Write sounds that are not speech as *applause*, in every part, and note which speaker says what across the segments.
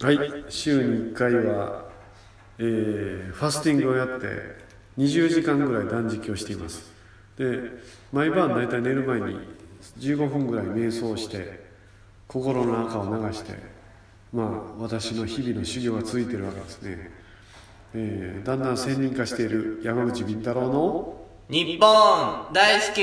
Speaker 1: はい、週に1回は、えーファスティングをやって20時間ぐらい断食をしていますで毎晩大体寝る前に15分ぐらい瞑想をして心の中を流してまあ私の日々の修行が続いているわけですね、えーだんだん専任化している山口敏太郎の
Speaker 2: 日本大好き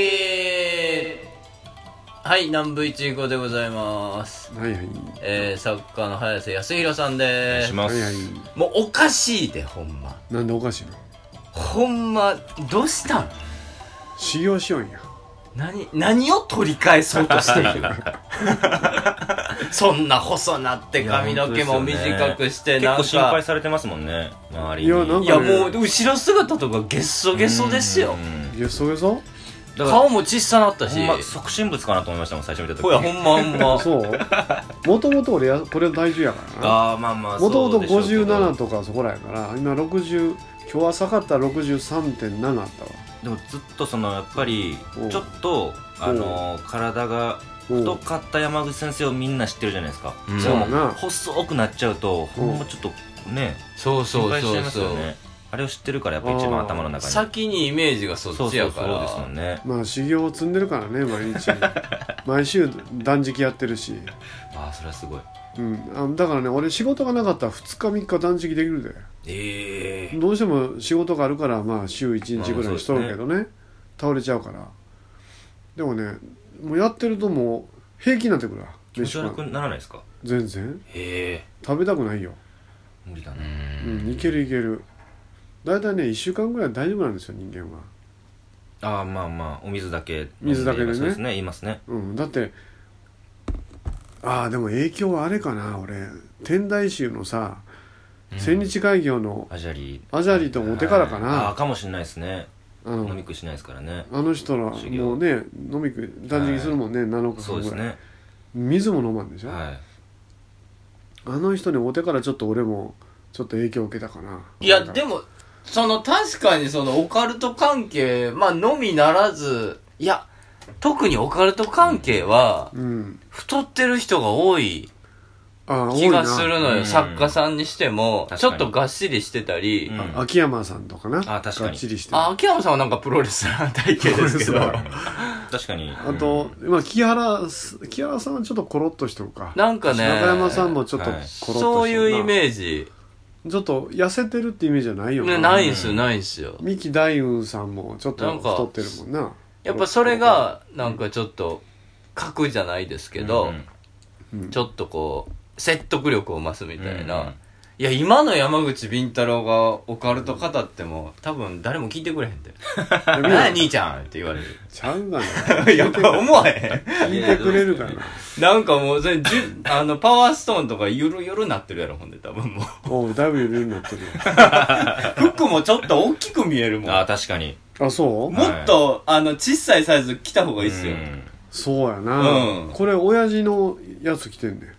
Speaker 2: はい南部一五でございます、
Speaker 1: はいはい
Speaker 2: えー、作家の早瀬康弘さん
Speaker 3: お
Speaker 2: で
Speaker 3: 願い
Speaker 2: す
Speaker 3: し
Speaker 1: は
Speaker 3: ま
Speaker 1: いは
Speaker 3: す。
Speaker 1: い
Speaker 2: もうおかしいでほんま
Speaker 1: なんでおかしいの
Speaker 2: ほんまどうしたん
Speaker 1: 修行しようんや
Speaker 2: 何何を取り返そうとしてい
Speaker 3: *laughs*
Speaker 2: るそんな細なって髪の毛も短くして
Speaker 3: 結
Speaker 2: なん
Speaker 3: 構心配
Speaker 2: か
Speaker 3: されてますもんね。周りに。
Speaker 1: いやなん
Speaker 2: い
Speaker 1: か
Speaker 2: やもう後ろ姿とかゲッソゲソですよ
Speaker 3: うん
Speaker 1: ゲソゲソ
Speaker 3: だから
Speaker 2: 顔も小さなったし
Speaker 3: ほんま促進物かなと思いましたもん最初見た時。
Speaker 2: ほやほんまほんま
Speaker 1: そう *laughs* もともと俺やこれの体重やからな
Speaker 3: ああまあまあ。
Speaker 1: もともと
Speaker 3: そうでしょうけど
Speaker 1: 57とかそこらやから今60今日朝かったら63.7あったわ
Speaker 3: でもずっとそのやっぱり
Speaker 1: うん
Speaker 3: ちょっとあのー体が太
Speaker 1: う
Speaker 3: かった山口先生をみんな知ってるじゃないですか
Speaker 2: うん。
Speaker 3: しかも
Speaker 1: そうやな
Speaker 3: 細くなっちゃうとほんまちょっとね
Speaker 2: そう
Speaker 3: 心
Speaker 2: そう
Speaker 3: 配しち
Speaker 2: そ
Speaker 3: ゃいうます
Speaker 2: そう
Speaker 3: よね。あれを知ってるからやっぱ一番頭の中に。
Speaker 2: 先にイメージがそ
Speaker 3: そ
Speaker 2: っ
Speaker 3: う
Speaker 2: ち
Speaker 3: そう
Speaker 2: や
Speaker 3: そ
Speaker 2: か
Speaker 3: う
Speaker 2: ら
Speaker 3: ですもんね。
Speaker 1: まあ修行を積んでるからね毎
Speaker 3: *laughs*
Speaker 1: 日毎週断食やってるし、
Speaker 3: ああそれはすごい。
Speaker 1: うん、あだからね俺仕事がなかったら2日3日断食できる
Speaker 2: ええ
Speaker 1: でどうしても仕事があるからまあ週1日ぐらいしとるけどね,、倒れちゃうからでもねもうやってるともう平気になってくるわ
Speaker 3: 気持ち悪
Speaker 1: 飯
Speaker 3: く
Speaker 1: が
Speaker 3: ならないですか。
Speaker 1: 全然
Speaker 2: え
Speaker 1: 食べたくないよ
Speaker 3: 無理だ
Speaker 2: え
Speaker 3: ね。
Speaker 1: うん、いけるいける大体ね1週間ぐらい大丈夫なんですよ人間は、
Speaker 3: ああまあまあお水だけ
Speaker 1: 水だけでね
Speaker 3: そうですね言いますね
Speaker 1: うん、だってああでも影響はあれかな俺天台宗のさ千日開業の
Speaker 3: アジャリ
Speaker 1: アジャリとモテカラかな、
Speaker 3: ああかもしれないですね
Speaker 1: あ
Speaker 3: 飲み
Speaker 1: の
Speaker 3: 食いしないですからね
Speaker 1: あの人ら
Speaker 3: 修行
Speaker 1: もうね飲み食い断食するもんね、7日
Speaker 3: そう
Speaker 1: 間
Speaker 3: で
Speaker 1: ぐ
Speaker 3: す
Speaker 1: らい、
Speaker 3: ね
Speaker 1: 水も飲まんでしょ、
Speaker 3: は
Speaker 1: あの人にモテからちょっと俺もちょっと影響を受けたかないい
Speaker 2: やでもその確かにそのオカルト関係まあのみならずいや特にオカルト関係は
Speaker 1: うん
Speaker 2: 太ってる人が多い
Speaker 1: ああ多い
Speaker 2: 気
Speaker 1: な
Speaker 2: がするの
Speaker 3: う
Speaker 2: よ
Speaker 3: ん
Speaker 2: 作家さんにしても
Speaker 3: 確
Speaker 2: ち
Speaker 3: か
Speaker 2: ょ
Speaker 3: に
Speaker 2: っとがっしりしてたり、
Speaker 3: い、うん、あ
Speaker 1: 秋山さんとかな
Speaker 3: あ確かに
Speaker 1: がっちりしてる
Speaker 2: あ秋山さんはなんかプロレスラー体型ですけ
Speaker 1: プロ
Speaker 2: ど
Speaker 1: レスラー
Speaker 3: 確かに
Speaker 1: あと、まあ、木原す木原さんはちょっとコロッとしてるか
Speaker 2: なんかね
Speaker 1: 中山さんもちょっとコロッとしてるな
Speaker 2: そういうイメージ、
Speaker 1: ちょっと痩せてるってイメージじゃないよな、
Speaker 2: ね、ないんすよないんすよ
Speaker 1: 三木大雲さんもちょっ
Speaker 2: な
Speaker 1: と
Speaker 2: んか
Speaker 1: 太ってるもんな
Speaker 2: やっぱそれがなんかちょっと核じゃないですけど、
Speaker 1: うん
Speaker 2: ちょっとこう説得力を増すみたいな、
Speaker 3: うん
Speaker 2: いや今の山口敏太郎がオカルト語っても多分誰も聞いてくれへ *laughs* んで「
Speaker 1: や
Speaker 2: 何
Speaker 1: めろ
Speaker 2: や兄ちゃん」って言われる
Speaker 1: ちゃうがな
Speaker 2: *laughs* やっぱ思わへ
Speaker 1: 聞いてくれる
Speaker 2: *laughs*
Speaker 1: かな
Speaker 2: うんなんかもうそれじゅあのパワーストーンとかゆるゆるなってるやろほんで多分もう
Speaker 1: おうだいぶ緩になってるよ
Speaker 2: 服もちょっと大きく見えるもん
Speaker 3: あ確かに
Speaker 1: あそう
Speaker 2: もっと、あの小さいサイズ着た方がいいっすよ、
Speaker 3: うん
Speaker 1: そうやな、
Speaker 2: うん
Speaker 1: これ親父のやつ着てんねん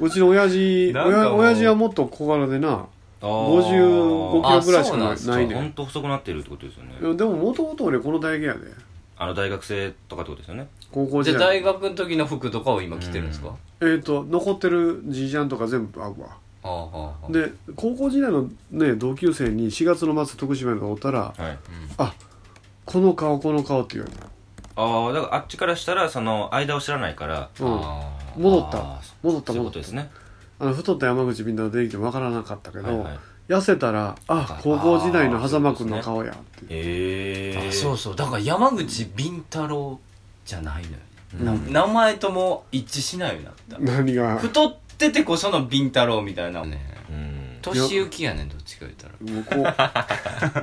Speaker 1: うちの親父
Speaker 2: なんか
Speaker 1: 親
Speaker 2: もう
Speaker 1: 親父はもっと小柄でな
Speaker 3: あ
Speaker 1: 55キ
Speaker 2: あ
Speaker 1: ロぐらいしか
Speaker 2: そうなん
Speaker 1: な
Speaker 2: すか
Speaker 1: ないね
Speaker 3: 本
Speaker 1: ん
Speaker 3: 当細くなってるってことですよね
Speaker 1: でももともと俺この大学やで
Speaker 3: あの大学生とかってことですよね
Speaker 1: 高校
Speaker 2: じ
Speaker 1: 時
Speaker 2: ゃあ
Speaker 1: 代
Speaker 2: 大学の時の服とかを今着てるんですか、
Speaker 3: うん
Speaker 1: えっ、と残ってるじいちゃんとか全部会うわ
Speaker 2: ああああああ
Speaker 1: で高校時代のね同級生に4月の末徳島におったら
Speaker 3: はい
Speaker 1: 「この顔この顔」って言われた
Speaker 3: ああだからあっちからしたらその間を知らないから
Speaker 1: うん
Speaker 2: ああ
Speaker 1: 戻った
Speaker 3: あー
Speaker 1: 戻った
Speaker 3: そういうこ
Speaker 1: 戻
Speaker 3: と
Speaker 1: っ
Speaker 3: ですね
Speaker 1: たあの太った山口みんな出てきて分からなかったけど、
Speaker 3: はいはい
Speaker 1: 痩せたら「あ
Speaker 3: あ
Speaker 1: 高校時代の狭間君の顔や」って
Speaker 3: ええ
Speaker 2: あそうそうだから山口敏太郎じゃないのよ、
Speaker 1: うん
Speaker 2: な名前とも一致しないようになっ
Speaker 1: 何
Speaker 2: た
Speaker 1: が
Speaker 2: 太っててこその敏太郎みたいなね
Speaker 3: うん
Speaker 2: 年行きやねんどっちか言ったら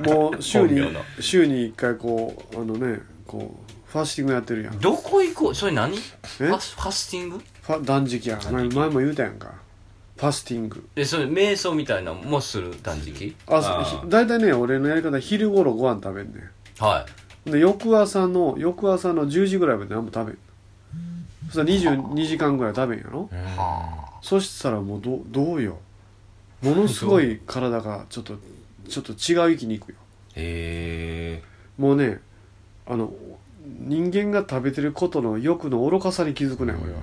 Speaker 1: もうこう
Speaker 3: *laughs*
Speaker 1: もう週
Speaker 2: 本
Speaker 1: に
Speaker 2: 名の
Speaker 1: 週に1回こうあのねこうファスティングやってるやん
Speaker 2: どこ行こうそれ何フ
Speaker 1: え
Speaker 2: ァスファスティング
Speaker 1: ファ断食やん前も言うたやんかファスティング
Speaker 2: でそれ瞑想みたいなのもする断食
Speaker 1: あ
Speaker 3: あー
Speaker 1: ひ大体ね俺のやり方昼頃ご飯食べんねん
Speaker 2: は
Speaker 1: で翌朝の翌朝の10時ぐらいまで何も食べんそしたら22時間ぐらい食べんやろ
Speaker 3: うん
Speaker 1: そしたらもうどどうよものすごい体がちょっとちょっと違う域に行くよ
Speaker 3: へえ
Speaker 1: もうねあの人間が食べてることの欲の愚かさに気づくねん俺は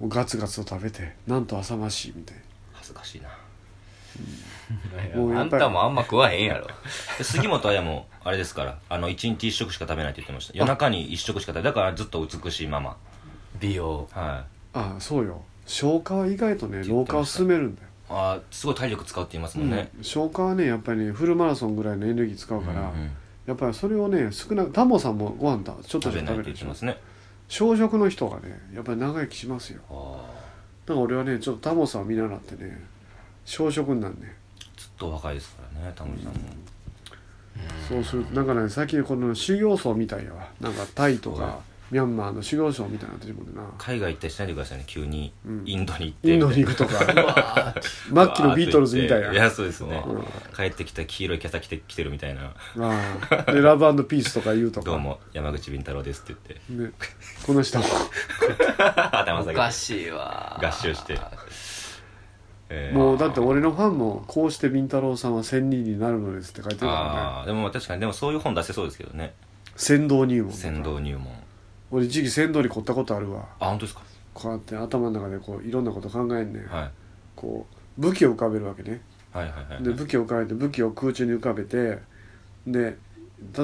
Speaker 1: もうガツガツと食べてなんと浅ましいみたいな
Speaker 3: 恥ずかしいな。
Speaker 1: *laughs* もうや
Speaker 2: あ
Speaker 1: っ
Speaker 2: ん
Speaker 1: ぱり
Speaker 2: たもあんま食わへんやろ。
Speaker 3: で杉本彩も、あれですから、あの、一日一食しか食べないって言ってました。夜中に一食しか食べない。だからずっと美しいまま。
Speaker 2: 美容。
Speaker 3: はい。
Speaker 1: ああそうよ消化は意外とね老化を進めるんだよ
Speaker 3: あーすごい体力使うって言いますもんね。
Speaker 1: うん消化はねやっぱりねフルマラソンぐらいのエネルギー使うから、
Speaker 3: うんうん
Speaker 1: やっぱりそれをね少なくタモさんもご飯だちょっと
Speaker 3: 食
Speaker 1: し
Speaker 3: べ
Speaker 1: か
Speaker 3: な
Speaker 1: 食
Speaker 3: い
Speaker 1: べ
Speaker 3: って
Speaker 1: る
Speaker 3: 言
Speaker 1: で
Speaker 3: っ
Speaker 1: してょ
Speaker 3: ますね。
Speaker 1: 小食の人がねやっぱり長生きしますよ
Speaker 3: あー
Speaker 1: だから俺はねちょっとタモさんを見習ってね小食になんね
Speaker 3: ずっと若いですからね、タモリさんも。
Speaker 1: そうするとなんかね最近この修行僧みたいやわなんかタイとかミャンマーの修行僧みたいになってしまうでな
Speaker 3: 海外行ったりしないでくださいね、急に
Speaker 1: うん。
Speaker 3: インドに行って。
Speaker 1: インドに行くと
Speaker 2: う
Speaker 1: か
Speaker 2: わ
Speaker 1: 末期のビートルズみたいな
Speaker 3: わーっと行っていや、そうですね
Speaker 1: うん。
Speaker 3: 帰ってきた黄色いキャサ着てきてるみたいな。
Speaker 1: ああでラブピースとか言うとか
Speaker 3: どうも、山口敏太郎ですって言って。
Speaker 1: ね、
Speaker 3: *laughs*
Speaker 1: この人も
Speaker 3: 頭
Speaker 2: お
Speaker 3: 下げ
Speaker 2: か
Speaker 3: て。
Speaker 2: しいわ。
Speaker 3: 合唱して。えー
Speaker 1: もうだって俺のファンもこうしてビンタロウさんは千人になるのですって書いてるからね
Speaker 3: ああでもまあ確かにでもそういう本出せそうですけどね
Speaker 1: 先導入門
Speaker 3: 先導入門
Speaker 1: 俺一時先導に凝ったことあるわ
Speaker 3: あ本当ですか
Speaker 1: こうやって頭の中でこういろんなこと考えんねん、
Speaker 3: はい
Speaker 1: こう武器を浮かべるわけね
Speaker 3: はいはいはい
Speaker 1: で武器を浮かべて武器を空中に浮かべてで例え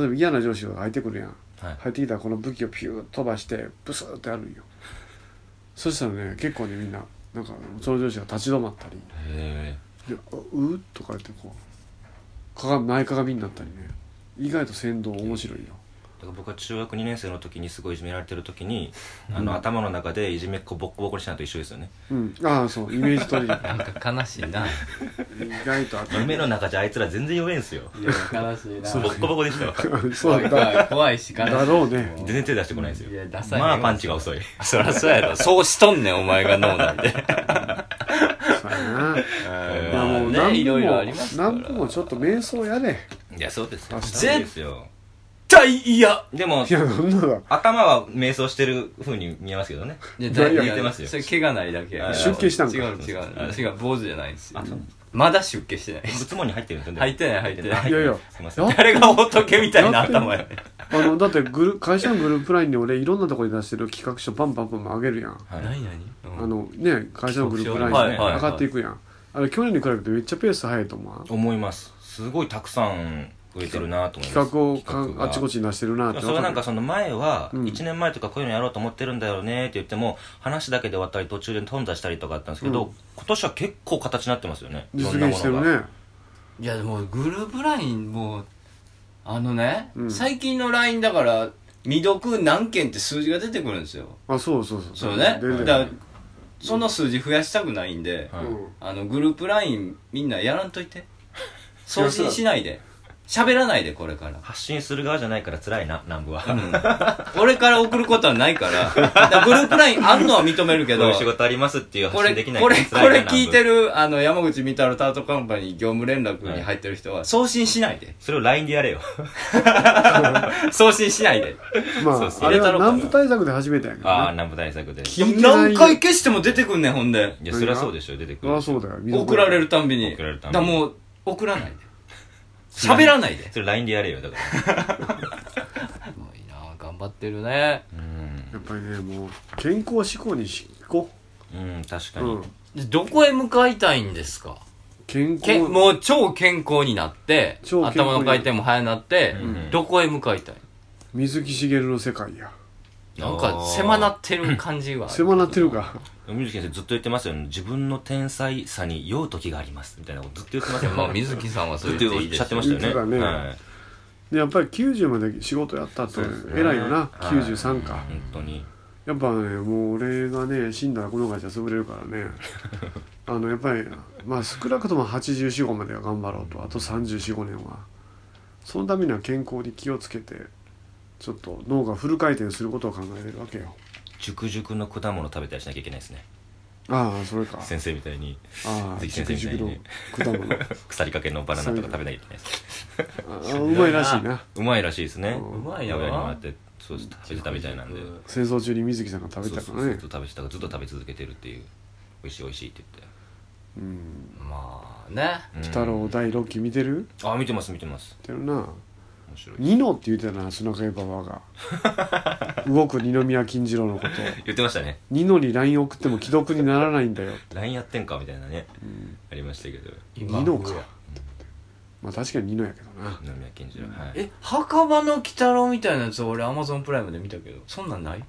Speaker 1: ば嫌な上司が入ってくるやん
Speaker 3: はい
Speaker 1: 入ってきたらこの武器をピューッと飛ばしてブスーってやるんよそしたらね結構ねみんななんかその上司が立ち止まったり
Speaker 3: へ
Speaker 1: であうーっとか言ってこう鏡前かがみになったりね意外と先導面白いよ
Speaker 3: えだから僕は中学2年生の時にすごいいじめられてる時にあの頭の中でいじめっ子ボッコボコにしたのと一緒ですよね
Speaker 1: うんああそうイメージ通り
Speaker 2: なんか悲しいな。
Speaker 1: 意外とあった
Speaker 3: 夢の中じゃあいつら全然弱えんすよ
Speaker 2: 悲しいな。
Speaker 3: ボッコボコでしたわ
Speaker 1: *laughs* そ
Speaker 2: 怖
Speaker 1: うだ
Speaker 2: い怖い怖いし悲しい。
Speaker 1: だろうね
Speaker 3: 全然手出してこないんです
Speaker 2: いや
Speaker 3: よ
Speaker 2: ダサいね
Speaker 3: まあパンチが遅い
Speaker 2: *laughs* そらそうやろ。そうしとんねん、お前が脳なんで。
Speaker 1: そうやな
Speaker 3: え
Speaker 1: い
Speaker 3: ー
Speaker 1: やもう
Speaker 2: まあね、
Speaker 1: 何
Speaker 2: いろ
Speaker 1: 分
Speaker 2: いろあ
Speaker 1: も
Speaker 2: りますから。
Speaker 1: 何分もちょっと瞑想やれ
Speaker 3: いやそうですよ
Speaker 1: あ
Speaker 3: そうですよ
Speaker 2: 対嫌
Speaker 3: でも
Speaker 1: いやそんなの
Speaker 3: 頭は瞑想してる風に見えますけどね
Speaker 2: *laughs* いや、
Speaker 1: だいぶ
Speaker 3: 似てますよ
Speaker 2: それ、怪我ないだけ。
Speaker 3: あ
Speaker 1: 出家したんか
Speaker 2: 違う違う。違う、坊主じゃないんですよ
Speaker 3: あそう。
Speaker 2: まだ出家してないです。
Speaker 3: 仏門に入ってるんですよね
Speaker 2: 入ってない入ってない
Speaker 1: いやいや
Speaker 3: すいません
Speaker 1: や
Speaker 2: 誰が仏みたいな頭やねん。
Speaker 1: あのだってグル会社のグループラインに俺いろんなところに出してる企画書バンバンバンバン上げるやん、
Speaker 3: は
Speaker 2: *laughs*
Speaker 3: い
Speaker 2: 何
Speaker 1: あ
Speaker 2: 何
Speaker 1: のね会社のグループライン
Speaker 3: はい
Speaker 1: に
Speaker 3: はいはい
Speaker 1: 上がっていくやん、あれ去年に比べてめっちゃペース早いと思う
Speaker 3: 思いますすごいたくさん売れてるなと思いま
Speaker 1: 企
Speaker 3: す
Speaker 1: 画をかんあっちこっ
Speaker 3: ち
Speaker 1: ちに出してるなって
Speaker 3: それはなんかその前は
Speaker 1: うん
Speaker 3: 1年前とかこういうのやろうと思ってるんだよねって言っても話だけで終わったり途中で頓挫したりとかあったんですけ
Speaker 1: う
Speaker 3: ど今年は結構形になってますよねいろ
Speaker 1: 実
Speaker 3: んな
Speaker 1: 現
Speaker 3: も
Speaker 1: して
Speaker 3: の
Speaker 1: る
Speaker 3: が
Speaker 1: ね
Speaker 2: いや、でも、グループラインもう、あのね
Speaker 1: う、ん
Speaker 2: 最近のラインだから、未読何件って数字が出てくるんですよ。
Speaker 1: あそうそうそう
Speaker 2: そうね。
Speaker 1: 出
Speaker 2: だ
Speaker 1: てる
Speaker 2: から、その数字増やしたくないんで、
Speaker 3: はい
Speaker 1: うん
Speaker 2: あの、グループラインみんなやらんとい *laughs* て。送信しないで。喋らないで、これから。
Speaker 3: 発信する側じゃないから辛いな南部は
Speaker 2: うん俺から送ることはないから、だからグループラインあんのは認めるけ
Speaker 3: こうい
Speaker 2: ど
Speaker 3: う、仕事ありますっていう
Speaker 2: こ
Speaker 3: 発信
Speaker 2: れ、
Speaker 3: できない
Speaker 2: こ
Speaker 3: から
Speaker 2: れ、こ
Speaker 3: 辛い
Speaker 2: れ
Speaker 3: な
Speaker 2: 聞いて
Speaker 3: 南部
Speaker 2: る、あの、山口みたるタートカンパニー業務連絡に入ってる人は、送信しないで。
Speaker 3: それを LINE でやれよ
Speaker 2: *laughs* 送信しないで。
Speaker 1: ま
Speaker 3: そう
Speaker 1: あ
Speaker 3: そう
Speaker 1: あれ
Speaker 2: 入れた
Speaker 1: は
Speaker 2: ろかな
Speaker 1: 南部対策で初めてやけど
Speaker 3: あ
Speaker 1: ね
Speaker 3: あ南部対策で
Speaker 1: 聞いてない
Speaker 2: *laughs* 何回消しても出てくんねん、ほんで。
Speaker 3: いやそりゃそうでしょ出てく
Speaker 1: あ
Speaker 3: る
Speaker 1: そうだよ
Speaker 2: 送られるたんびに。
Speaker 3: 送られるたん
Speaker 2: だ
Speaker 3: び
Speaker 2: か
Speaker 3: に
Speaker 2: らもう、送らないで。喋らないで。
Speaker 3: それ LINE でやれよだから
Speaker 2: もういいな頑張ってるね。
Speaker 3: うん
Speaker 1: やっぱりねもう健康志向にしこ
Speaker 3: うん確
Speaker 1: う、
Speaker 3: か
Speaker 1: う
Speaker 3: に
Speaker 1: ん、
Speaker 2: でどこへ向かいたいんですか
Speaker 1: 健
Speaker 2: け
Speaker 1: 康
Speaker 2: もう超健康になって、
Speaker 1: 超健康に
Speaker 2: 頭の回転も速なって、
Speaker 3: うん
Speaker 2: どこへ向かいたい
Speaker 1: 水木しげるの世界や
Speaker 2: なんか狭なってる感じはある。
Speaker 1: 狭なってるか
Speaker 3: 水木先生ずっと言ってますよね自分の天才さに酔う時がありますみたいなことずっと言ってますよね
Speaker 2: まあ、水木さんはそ
Speaker 3: ず
Speaker 2: れ
Speaker 3: っと
Speaker 2: でい
Speaker 3: 言
Speaker 2: い
Speaker 3: っ
Speaker 2: で
Speaker 3: ち
Speaker 2: し
Speaker 3: ゃ
Speaker 2: ょ
Speaker 3: ってましたよね
Speaker 1: 言ってたね
Speaker 3: はい、
Speaker 1: でやっぱり90まで仕事やったって
Speaker 3: そうですね
Speaker 1: 偉いよな、
Speaker 3: はい
Speaker 1: 93か、
Speaker 3: 本当に
Speaker 1: やっぱねもう俺がね死んだらこの会社潰れるから
Speaker 3: *laughs*
Speaker 1: ねあのやっぱりまあ少なくとも845までは頑張ろうとあと345年はそのためには健康に気をつけてちょっと脳がフル回転することを考えてるわけよ
Speaker 3: 熟熟の果物食べたりしなきゃいけないですね
Speaker 1: ああそれか
Speaker 3: 先生みたいに
Speaker 1: ああ
Speaker 3: 関
Speaker 1: 熟
Speaker 3: 先生
Speaker 1: 熟
Speaker 3: みたい
Speaker 1: の
Speaker 3: に
Speaker 1: 果物
Speaker 3: 腐りかけのバナナとか食べなきゃいけないです
Speaker 1: ああうまいらしいな
Speaker 3: うまいらしいですね
Speaker 1: う
Speaker 2: うまい
Speaker 3: 親
Speaker 2: よ
Speaker 3: にもら
Speaker 2: な
Speaker 3: っ。てそうです食べてたみたいなんで
Speaker 1: 戦争中に水木さんが食べ
Speaker 3: そう
Speaker 1: た
Speaker 3: そ
Speaker 1: か
Speaker 3: う
Speaker 1: ら
Speaker 3: ずっ
Speaker 1: ね
Speaker 3: と食べてたからずっと食べ続けてるっていう美味しい美味しいって言って
Speaker 1: うん
Speaker 2: まあね。
Speaker 1: 「鬼太郎第6期見てる?」
Speaker 3: あ見てます見てます
Speaker 1: ってるな
Speaker 3: 面白い
Speaker 1: ニノって言ってたな砂川ババアが
Speaker 3: *laughs*
Speaker 1: 動く二宮金次郎のこと
Speaker 3: 言ってましたね
Speaker 1: ニノに LINE 送っても既読にならないんだよ
Speaker 3: LINE やってんかみたいなね、ありましたけど
Speaker 1: ニノかまあ確かにニノやけどな
Speaker 3: 二宮金次郎はい
Speaker 2: え墓場の鬼太郎みたいなやつ俺アマゾンプライムで見たけどそんなんない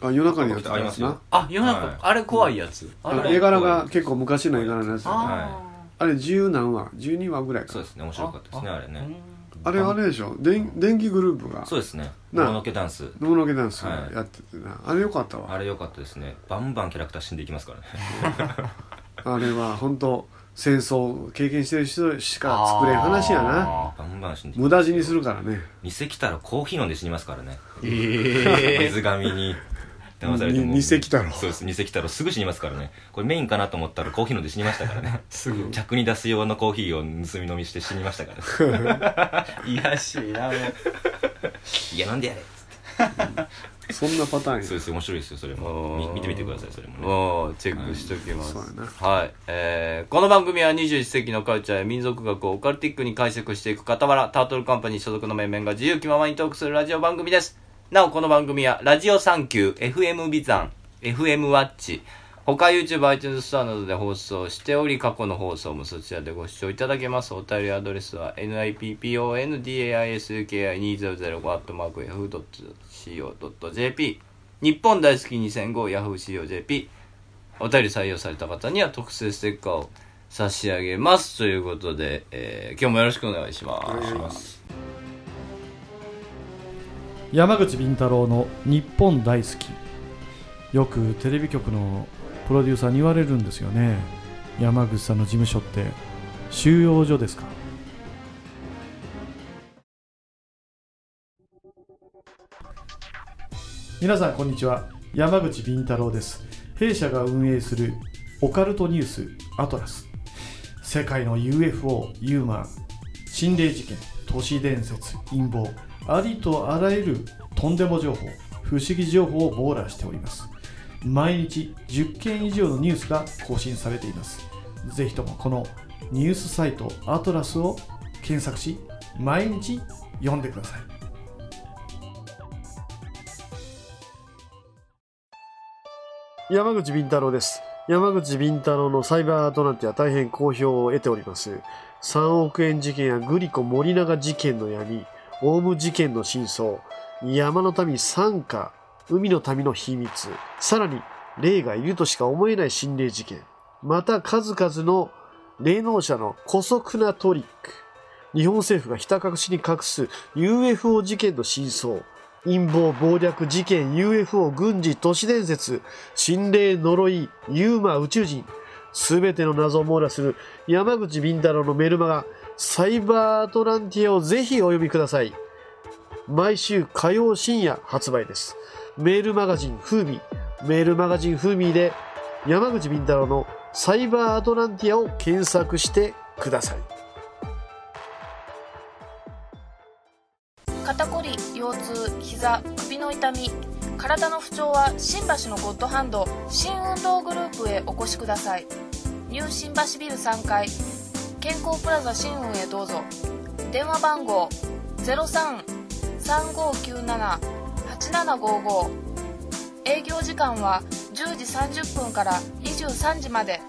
Speaker 1: あ夜中にやってた
Speaker 3: あり
Speaker 1: や
Speaker 3: ま
Speaker 1: つ
Speaker 3: すよ
Speaker 1: な
Speaker 2: あ世の中、
Speaker 3: はい
Speaker 2: あれ怖いやつあ
Speaker 1: あ
Speaker 2: れ
Speaker 1: の絵柄が結構昔の絵柄のやつだね
Speaker 2: あ
Speaker 1: あれ十何話12話ぐらい
Speaker 3: そ
Speaker 1: か
Speaker 3: うですね面白かったですねあれ
Speaker 2: ー、
Speaker 3: ね
Speaker 1: あれあれでしょ電電気グループが
Speaker 3: そうですねも
Speaker 1: な
Speaker 3: ののけダンス
Speaker 1: ノーノケダンスやっててなあれよかったわ
Speaker 3: あれ良かったですねバンバンキャラクター死んでいきますからね
Speaker 1: あれは本当戦争経験してる人しか作れん話やな
Speaker 2: な *laughs*
Speaker 3: バンバン死んでいき
Speaker 1: 無
Speaker 3: ます
Speaker 1: 駄死にするからね
Speaker 3: 偽来たらコーヒー飲んで死にますからね
Speaker 2: *laughs* え
Speaker 3: 水紙に騙されても
Speaker 1: に偽来たろ
Speaker 3: そうです偽来たろすぐ死にますからねこれメインかなと思ったらコーヒー飲んで死にましたからね
Speaker 2: すぐ
Speaker 3: 客に出す用のコーヒーを盗み飲みして死にましたからね
Speaker 2: いやしいなも
Speaker 3: いや飲んでやれっつっ
Speaker 1: そんなパターン
Speaker 3: てそ
Speaker 1: や
Speaker 3: うです面白いですよそれも
Speaker 2: う
Speaker 3: み見てみてくださいそ *laughs* れも
Speaker 2: う
Speaker 3: ね
Speaker 2: おーチェックしときます、
Speaker 1: は
Speaker 2: はいい
Speaker 1: そうや
Speaker 2: えーこの番組は21世紀のカルチャーや民族学をオカルティックに解釈していく傍らタートルカンパニー所属の面々が自由気ままにトークするラジオ番組ですなおこの番組はラジオサンキュー FM ビザン FM ワッチ他 YouTube、iTunes ストアなどで放送しており、過去の放送もそちらでご視聴いただけます。お便りアドレスは nippondisuki2005-yahoo.co.jp 日本大好き 2005-yahoo.co.jp お便り採用された方には特製ステッカーを差し上げます。ということで、えー今日もよろしくお願いします。
Speaker 4: 山口敏太郎の日本大好きよくテレビ局のプロデューサーに言われるんですよね山口さんの事務所って収容所ですか皆さんこんにちは山口敏太郎です弊社が運営するオカルトニュースアトラス世界の UFO ユーマン心霊事件都市伝説陰謀ありとあらゆるとんでも情報不思議情報を網羅しております毎日10件以上のニュースが更新されていますぜひともこのニュースサイトアトラスを検索し毎日読んでください
Speaker 5: 山口敏太郎です。山口敏太郎のサイバーアートなんては大変好評を得ております。3億円事件やグリコ森永事件の闇、オウム事件の真相、山の民参加、海の民の秘密、さらに霊がいるとしか思えない心霊事件、また数々の霊能者の古速なトリック、日本政府がひた隠しに隠す UFO 事件の真相、陰謀、暴略、事件、UFO、軍事、都市伝説、心霊、呪い、ユーマ、宇宙人、すべての謎を網羅する山口敏太郎のメルマガ、サイバーアトランティアをぜひお読みください。毎週火曜深夜発売です。メールマガジンフーミー、メールマガジンフーミーで山口敏太郎のサイバーアトランティアを検索してください。
Speaker 6: 肩こり腰痛膝首の痛み体の不調は新橋のゴッドハンド新運動グループへお越しくださいニュー新橋ビル3階健康プラザ新運へどうぞ電話番号0335978755営業時間は10時30分から23時まで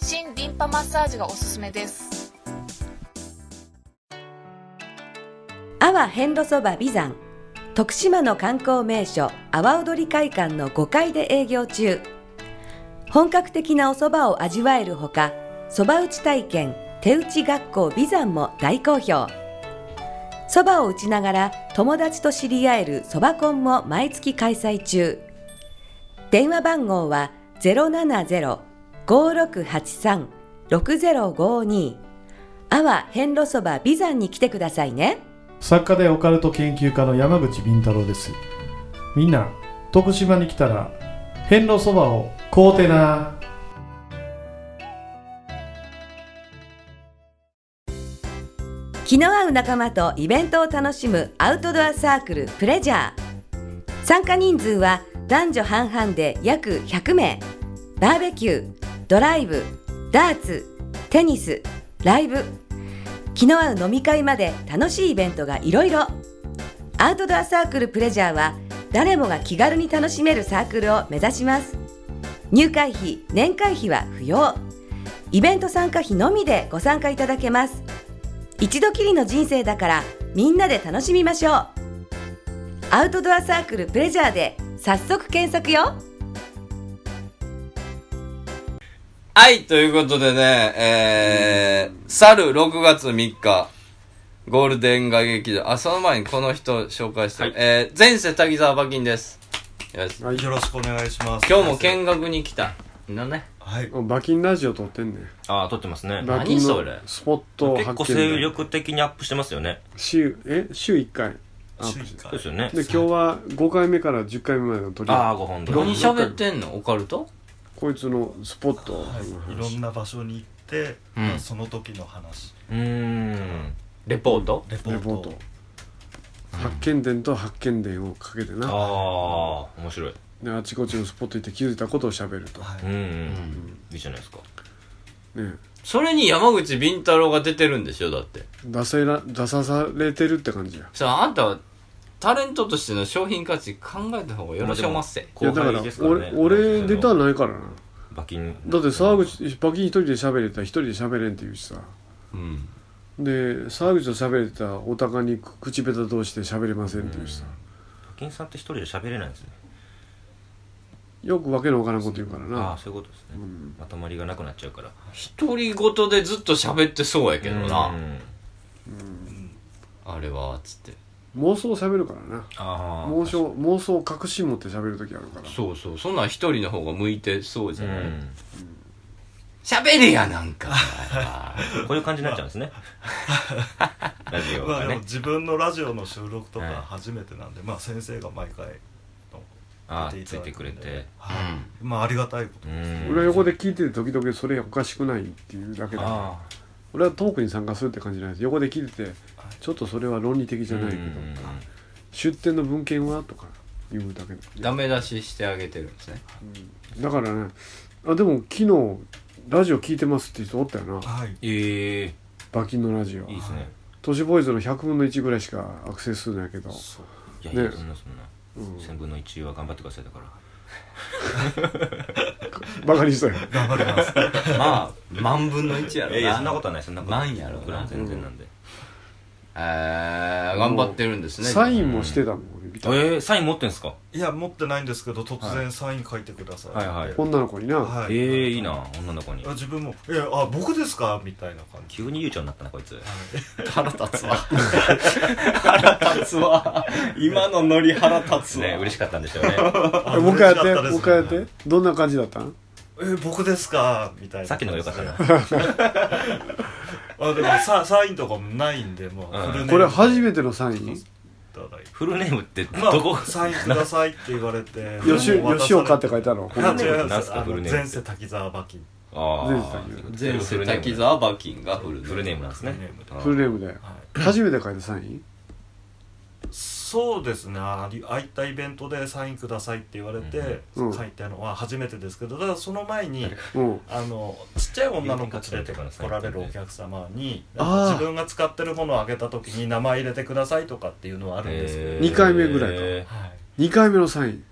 Speaker 6: 新リンパマッサージがおすすめです
Speaker 7: 阿波遍路そば美山徳島の観光名所阿波踊り会館の5階で営業中本格的なお蕎麦を味わえるほか蕎麦打ち体験手打ち学校美山も大好評蕎麦を打ちながら友達と知り合える蕎麦コンも毎月開催中電話番号は070-5683-6052阿波遍路そば美山に来てくださいね
Speaker 4: 作家でオカルト研究家の山口敏太郎ですみんな徳島に来たら遍路そばを買うてな
Speaker 7: 気の合う仲間とイベントを楽しむアウトドアサークルプレジャー参加人数は男女半々で約100名バーベキュードライブダーツテニスライブ気の合う飲み会まで楽しいイベントがいろいろアウトドアサークルプレジャーは誰もが気軽に楽しめるサークルを目指します入会費年会費は不要イベント参加費のみでご参加いただけます一度きりの人生だからみんなで楽しみましょうアウトドアサークルプレジャーで早速検索よ
Speaker 2: はい、ということでね、えー、去る6月3日、ゴールデン街劇場。あ、その前にこの人紹介して、
Speaker 8: はい
Speaker 2: えー、前世滝沢馬琴です。よし
Speaker 8: よろしくお願いします
Speaker 2: 今日も見学に来た。のね。
Speaker 8: はい
Speaker 1: 馬琴ラジオ撮ってんね
Speaker 3: ああ、撮ってますね。
Speaker 1: 馬
Speaker 2: 何
Speaker 1: 琴
Speaker 2: それ
Speaker 1: のスポット
Speaker 3: 結構
Speaker 1: 発
Speaker 3: 精
Speaker 1: 見
Speaker 3: 力的にアップしてますよね。
Speaker 1: 週え週1回アッ
Speaker 8: 週
Speaker 1: プし
Speaker 8: 一
Speaker 1: て
Speaker 3: そうです
Speaker 8: 回
Speaker 3: よね
Speaker 1: で。今日は5回目から10回目までの撮り
Speaker 3: ああ、5本撮り
Speaker 2: 何喋ってんのオカルト
Speaker 1: こいつのスポットの
Speaker 8: はいいろ
Speaker 1: 話
Speaker 8: んな場所に行って、
Speaker 2: うん
Speaker 8: まあその時の話
Speaker 3: うーん。
Speaker 2: レポート
Speaker 8: レポ
Speaker 1: レ
Speaker 8: ート
Speaker 1: ポート発見伝と発見伝をかけてな
Speaker 3: ああ、面白い。
Speaker 1: であちこちのスポット行って気づいたことをしゃべると、
Speaker 8: はい
Speaker 3: うんうん。いいじゃないですか。
Speaker 1: ね、
Speaker 2: それに山口敏太郎が出てるんでしょだって。
Speaker 1: 出せら出さされてるって感じや
Speaker 2: さあ、あんたは、タレントとしての商品価値考えた方がよろしおまっせ。
Speaker 1: いや
Speaker 3: 後
Speaker 1: だから
Speaker 3: 輩ですから
Speaker 1: 俺
Speaker 3: ね。
Speaker 1: 俺出たらないからな
Speaker 3: 馬琴。
Speaker 1: だって沢口馬琴一人で喋れたら一人で喋れんって言うしさ
Speaker 2: うん。
Speaker 1: で沢口と喋れたらお互いに口下手同士で喋れませんって言うしさ
Speaker 3: 馬琴さんって一人で喋れないんですね。
Speaker 1: よくわけのわからんこと言うから
Speaker 3: ああ、
Speaker 1: な
Speaker 3: そういうことですね。まとまりがなくなっちゃうから。
Speaker 2: 独り言でずっと喋ってそうやけど
Speaker 3: う
Speaker 2: な。
Speaker 3: ん
Speaker 2: あれは、つって。
Speaker 1: 妄想喋るからな
Speaker 3: ああ。
Speaker 1: 妄想妄想を確信持って喋る時あるから
Speaker 2: そうそう。そんなん一人の方が向いてそうじ
Speaker 3: う
Speaker 2: ゃない
Speaker 3: ん。
Speaker 2: 喋れや、なんか。やっ
Speaker 3: こういう感じになっちゃうんですね。ラジオ
Speaker 8: まあ
Speaker 3: が
Speaker 8: でも
Speaker 3: ね。
Speaker 8: 自分のラジオの収録とか
Speaker 3: はい
Speaker 8: 初めてなんで、まあ先生が毎回
Speaker 3: ああ、
Speaker 8: 出
Speaker 3: つい
Speaker 8: だ
Speaker 3: てくれ
Speaker 8: んで
Speaker 3: て。
Speaker 8: はいまあありがたいこと
Speaker 3: う
Speaker 8: です、
Speaker 3: ん。
Speaker 1: 俺は横で聞いてて時々それおかしくないっていうだけだ
Speaker 3: ああ。
Speaker 1: 俺はトークに参加するって感じじゃないです横で聞いててちょっとそれは論理的じゃないけど
Speaker 3: うん
Speaker 1: 出典の文献はとか言うだけだ
Speaker 2: ぱダメ出ししてあげてるんですね。
Speaker 1: だからねあでも昨日ラジオ聞いてますって人おったよな
Speaker 8: はい
Speaker 3: ええ。
Speaker 1: 馬琴のラジオ
Speaker 3: いいですね。
Speaker 1: 都市ボーイズの100分の1ぐらいしかアクセス数ないけど
Speaker 3: いやいや、
Speaker 1: ね
Speaker 3: そんなそんな。
Speaker 1: うん
Speaker 3: 1000分の1は頑張ってくださいだから
Speaker 1: バカに
Speaker 3: *laughs*
Speaker 1: したよ
Speaker 8: 頑張ります *laughs*
Speaker 2: まあ、万分の1やろ
Speaker 3: い
Speaker 2: な。
Speaker 3: やいやそんなことはないそんなこと
Speaker 2: なんやろうな
Speaker 3: 僕らは全然なんで、
Speaker 2: えー、頑張ってるんですね。
Speaker 1: サインもしてたもん俺見た
Speaker 3: えー、サイン持ってんすか
Speaker 8: いや持ってないんですけど突然サイン書いてください
Speaker 3: はいはい
Speaker 8: は
Speaker 1: 女の子にない
Speaker 3: えー、いいな女の子に
Speaker 8: あ自分も「いやあ僕ですか?」みたいな感
Speaker 1: *laughs*
Speaker 8: じ
Speaker 3: 急に悠長になったなこいつ
Speaker 2: 腹立つわ。 *laughs* 腹立つわ。今のノリ腹立つわ。
Speaker 3: ね嬉しかったんでしょうね
Speaker 8: あ
Speaker 1: もう一回やっ
Speaker 8: 嬉しか
Speaker 1: て
Speaker 8: たです
Speaker 1: もう一回やってどんな感じだったん
Speaker 8: え僕ですかみたいな
Speaker 3: *laughs* さっきのが良かったな
Speaker 8: あでもササインとかもないんでもう、
Speaker 3: うん
Speaker 8: フルネーム
Speaker 1: これ初めてのサイン
Speaker 8: いただいて
Speaker 3: フルネームってど
Speaker 8: まあ、
Speaker 3: こ、
Speaker 8: サインくださいって言われて
Speaker 1: 吉吉岡って書いてあるの
Speaker 8: あ違い
Speaker 3: なん
Speaker 8: ますす
Speaker 3: か
Speaker 8: あ
Speaker 3: フ
Speaker 8: の
Speaker 3: ルネーム
Speaker 8: 前世滝沢馬琴
Speaker 3: あー
Speaker 2: 全世滝
Speaker 3: フルネーム
Speaker 2: 沢バキンがフル
Speaker 3: フルネームなんですね
Speaker 8: フルネーム
Speaker 1: フルネームで
Speaker 8: で
Speaker 3: あー
Speaker 8: はい
Speaker 1: 初めて書いたサイン
Speaker 8: そうですねあああいったイベントでサインくださいって言われて、
Speaker 1: うん
Speaker 8: 書いたのは初めてですけどただその前に
Speaker 1: うん
Speaker 8: あのちっちゃい女の子連れて来られるお客様に
Speaker 1: あー
Speaker 8: 自分が使ってるものをあげた時に名前入れてくださいとかっていうのはあるんですけど、
Speaker 3: え
Speaker 1: 二回目ぐらいか
Speaker 8: はい
Speaker 1: 2回目のサイン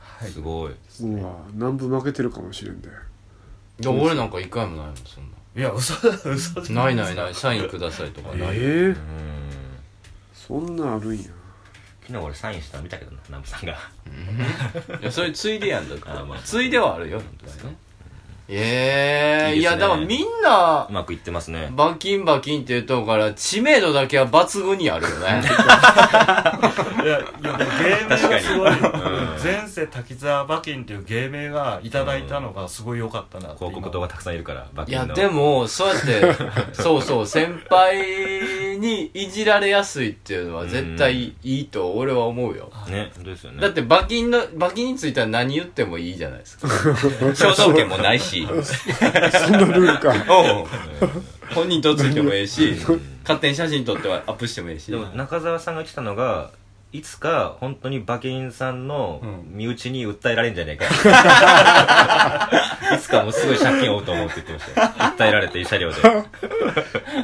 Speaker 8: はい、
Speaker 3: すごいう
Speaker 1: わ南部負けてるかもしれんで
Speaker 2: いや俺なんか一回もないもんそん
Speaker 8: いや嘘だ嘘じゃ
Speaker 2: なないい
Speaker 8: で
Speaker 2: な
Speaker 8: す
Speaker 2: いないサインくださいとか
Speaker 1: え
Speaker 2: ない、
Speaker 1: え
Speaker 3: うーん
Speaker 1: そんなんあるんや
Speaker 3: 昨日俺サインしたの見たけどな南部さんが
Speaker 2: いやそれついでやんだか
Speaker 3: あーま
Speaker 2: ら
Speaker 3: あ
Speaker 2: ついではあるよみたいなええ
Speaker 3: いい
Speaker 2: い
Speaker 3: ですね
Speaker 2: やだからみん
Speaker 3: う
Speaker 2: な
Speaker 3: まくいってますね
Speaker 2: バキンバキンって言うとこから知名度だけは抜群にあるよ
Speaker 3: *laughs*
Speaker 2: ね
Speaker 8: いやいやでも芸名がすごい
Speaker 3: かにうん
Speaker 8: 前世滝沢馬琴っていう芸名がいただいたのがすごい良かったなって今
Speaker 3: 広告塔がたくさんいるから馬
Speaker 2: い
Speaker 3: 琴
Speaker 2: や
Speaker 3: の
Speaker 2: でもそうや
Speaker 3: *laughs*
Speaker 2: ってそうそう先輩にいじられやすいっていうのは絶対いいと俺は思うよ
Speaker 3: ね本当ですよね
Speaker 2: だって馬琴の馬琴については何言ってもいいじゃないですか
Speaker 3: 肖像 *laughs* 権もないし
Speaker 1: そんなルールか
Speaker 2: お本人とついてもええし勝手に写真撮ってはアップしてもええし
Speaker 3: でも中澤さんが言ってたのがいつか本当に馬券さんの
Speaker 2: うん
Speaker 3: 身内に訴えられんじゃねえ *laughs* か、いつかもうすごい借金を負うと思うって言ってましたよ訴えられて慰謝料で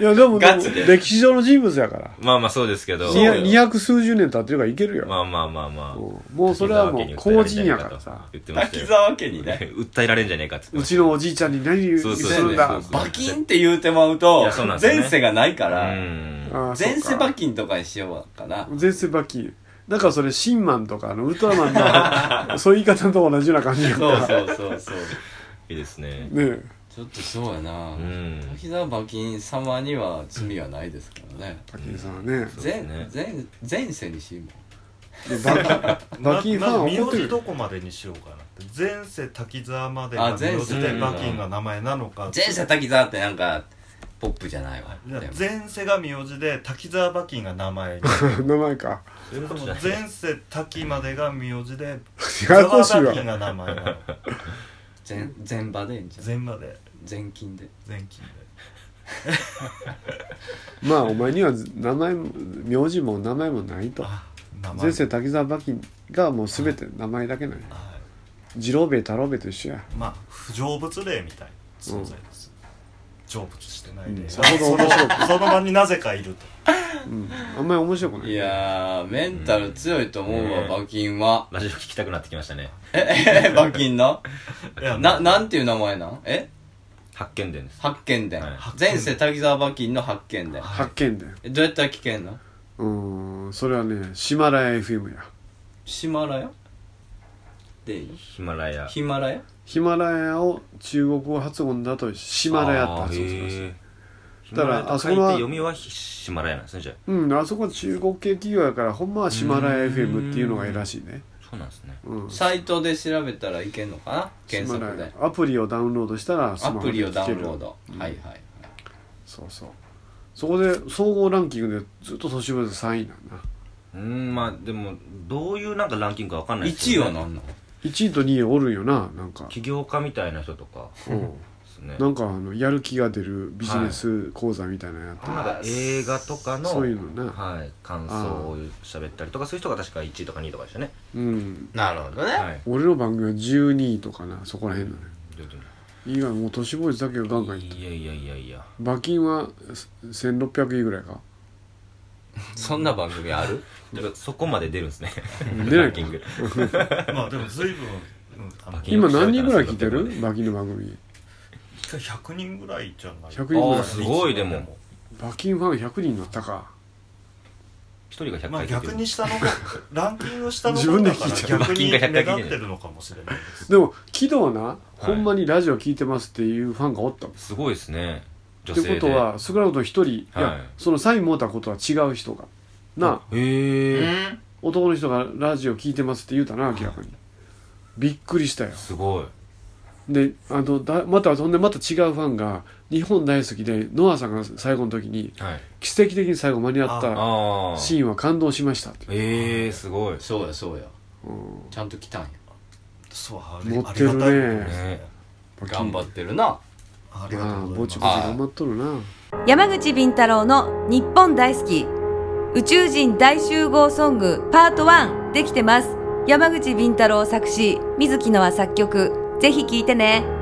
Speaker 1: いやでも
Speaker 2: ガチで
Speaker 1: 歴史上の人物やから
Speaker 3: まあまあそうですけど
Speaker 1: に二百数十年経ってるからいけるよ、
Speaker 3: まあまあまあまあ
Speaker 1: うんもうそれはもう公人やからさ
Speaker 3: 言ってました
Speaker 2: 滝
Speaker 3: よ
Speaker 2: 沢家にね。
Speaker 3: 訴えられんじゃねえかって言
Speaker 1: う
Speaker 3: ってました
Speaker 1: ち
Speaker 3: よ
Speaker 1: のおじいちゃんに何言うす
Speaker 3: そうそう
Speaker 1: るんだ
Speaker 3: そうそう
Speaker 2: 馬金って言うてまうと
Speaker 3: いやそうなん、ですよね
Speaker 2: 前世がないから、
Speaker 3: うん
Speaker 1: ああそうか
Speaker 2: 前世馬金とかにしようかな。
Speaker 1: 前世バキなんかそれシンマンとかあのウルトラマンのそういう言い方と同じような感じやん
Speaker 2: そう
Speaker 1: か
Speaker 2: そうそうそう。
Speaker 3: いいですね
Speaker 1: ねえ
Speaker 2: ちょっとそうやな
Speaker 3: う。ん
Speaker 2: 滝沢馬金様には罪はないですからね。
Speaker 1: バキンさんはね
Speaker 3: そうです
Speaker 2: 前
Speaker 3: ね
Speaker 2: 前前世にしよう。
Speaker 1: バキバキンファンは
Speaker 8: 名
Speaker 1: 怒って
Speaker 8: 字
Speaker 1: る
Speaker 8: どこまでにしようかなって前世滝沢まで
Speaker 2: あ
Speaker 8: が名
Speaker 2: 前
Speaker 8: 字
Speaker 2: 世
Speaker 8: で馬金が名前なのか
Speaker 2: 前世滝沢ってなんか、ポップじゃないわ。
Speaker 8: いや
Speaker 2: でも
Speaker 8: 前世が名字で滝沢馬金が名前
Speaker 1: 名前か
Speaker 3: そういうことじゃない
Speaker 8: 前世滝までが名字で
Speaker 1: ややこしい
Speaker 8: 沢
Speaker 1: わ
Speaker 8: 馬金が名前なの
Speaker 2: 全全場でいいんじゃん。
Speaker 8: 全まで
Speaker 2: 全金で。
Speaker 8: 全金で
Speaker 1: まあお前には名前も名字も名前もないと
Speaker 8: あ名前
Speaker 1: 前世滝沢馬琴がもう全て名前だけなんや
Speaker 8: は
Speaker 1: 次郎兵衛太郎兵衛と一緒や
Speaker 8: いまあ不成仏霊みたいな存在です、成仏してない霊
Speaker 1: うん
Speaker 8: が
Speaker 1: さほど面白く
Speaker 8: その場になぜかいると
Speaker 1: うんあんまり面白くない
Speaker 2: いやー、メンタル強いと思うわ、
Speaker 3: うん
Speaker 2: 馬金
Speaker 3: *laughs*
Speaker 2: は。
Speaker 3: ラジオ聞きたくなってきましたね
Speaker 2: え、馬金の
Speaker 8: いや
Speaker 2: な、なんていう名前なんえ
Speaker 3: 発見伝です
Speaker 2: 発見伝
Speaker 3: はい。
Speaker 2: 前世滝沢馬金の発見伝。
Speaker 1: 発見だよ
Speaker 2: えどうやったら聞けんの
Speaker 1: うーんそれはねシマラヤ FM や
Speaker 2: ヒマラヤでいい
Speaker 3: ヒマラヤ
Speaker 2: ヒマラヤ
Speaker 1: ヒマラヤを中国語発音だとシマラヤって発音します
Speaker 3: あーへーヒ
Speaker 1: だ
Speaker 3: マ
Speaker 1: から
Speaker 3: ラヤと
Speaker 1: あそこ
Speaker 3: 書いて
Speaker 1: は
Speaker 3: 読みはヒマラヤなんですねじゃあ
Speaker 1: うんあそこ中国系企業やからほんまはシマラヤ FM っていうのがいいらしいね
Speaker 3: そうなんですね
Speaker 1: うん
Speaker 2: サイトで調べたらいけんのかな検
Speaker 1: シ
Speaker 2: 索
Speaker 1: マラ
Speaker 2: で
Speaker 1: ヤ。アプリをダウンロードしたらス
Speaker 2: ア
Speaker 1: マホ
Speaker 2: プ
Speaker 1: で
Speaker 2: リをダ
Speaker 1: 聞け
Speaker 2: ウン
Speaker 1: る
Speaker 2: ロード。はいはいはい。
Speaker 1: そうそうそこで総合ランキングでずっと都市部で3位なんだ
Speaker 3: うーんまあでもどういうなんかランキングかわかんないです
Speaker 2: 1位
Speaker 3: よ
Speaker 2: は
Speaker 3: ね
Speaker 2: 何なの
Speaker 1: 1位と2位おるんよななんか、
Speaker 3: 起業家みたいな人とか
Speaker 1: うん、
Speaker 3: ですね
Speaker 1: なんかあのやる気が出るビジネス講座みたいなのやってる、
Speaker 3: なんか映画とかの
Speaker 1: そういうのね
Speaker 3: はい、感想を喋ったりとかそういう人が確か1位とか2位とかでしたね
Speaker 1: うん
Speaker 2: なるほど
Speaker 3: は
Speaker 2: ね。
Speaker 3: い
Speaker 1: 俺の番組は12位とかなそこら辺だね以外もう都市ボーイズだけがガンガンいって
Speaker 3: いやいやいやいや
Speaker 1: 馬金は1600位ぐらいか
Speaker 2: そんな番組ある
Speaker 3: だからそこまで出るんですね
Speaker 1: 出な
Speaker 3: ラン
Speaker 1: いか
Speaker 3: キング
Speaker 8: まあでも随分、うん、あの
Speaker 1: 今何人ぐらい聞いてる馬金の番組
Speaker 8: 一回100人ぐらいじゃな
Speaker 1: 100
Speaker 8: い
Speaker 1: 人ぐらい
Speaker 3: あーすごいでも
Speaker 1: 馬金ファン100人になったか
Speaker 3: 一人が100
Speaker 8: まあ
Speaker 3: 回聞いて
Speaker 8: 逆
Speaker 3: る、
Speaker 8: に下の
Speaker 3: *laughs*
Speaker 8: 方ランキング下の
Speaker 1: 自
Speaker 8: 方
Speaker 1: 分で
Speaker 8: だ
Speaker 1: 聞
Speaker 8: か
Speaker 1: い
Speaker 8: ら
Speaker 1: て
Speaker 3: る
Speaker 8: 逆に目立
Speaker 3: ランキングが100
Speaker 8: ってるのかもし
Speaker 1: *laughs*
Speaker 8: れないです
Speaker 1: でも木戸はな、ほんまにラジオ聞いてますっていうファンがおったもん
Speaker 3: すごいですね女
Speaker 1: っ
Speaker 3: 性
Speaker 1: て
Speaker 3: で
Speaker 1: ことは少なくとも一人、い、
Speaker 3: はい
Speaker 1: やそのサイン持ったことは違う人がなあ
Speaker 3: へえ
Speaker 1: 男の人がラジオ聞いてますって言うたな明らかに、びっくりしたよ
Speaker 3: すごい
Speaker 1: であのだまたそんでまた違うファンが日本大好きでノアさんが最後の時に
Speaker 3: はい
Speaker 1: 奇跡的に最後間に合っ
Speaker 3: あ
Speaker 1: た
Speaker 3: あ
Speaker 1: シーンは感動しましたって
Speaker 3: ええー、すごい
Speaker 2: そうやそうや。
Speaker 1: うん
Speaker 2: ちゃんと来たんや。
Speaker 8: そうあれ
Speaker 1: 持ってるね
Speaker 8: ありがたいことです
Speaker 3: ね
Speaker 2: 頑張ってるな。
Speaker 8: ありが
Speaker 1: ま
Speaker 8: と
Speaker 1: あ
Speaker 8: う
Speaker 1: ぼ
Speaker 8: ご
Speaker 1: ち
Speaker 8: ざ
Speaker 1: ぼち
Speaker 8: いま
Speaker 1: 頑張っとるな
Speaker 7: 山口敏太郎の日本大好き宇宙人大集合ソングパート1できてます山口敏太郎作詞水木のは作曲ぜひ聴いてね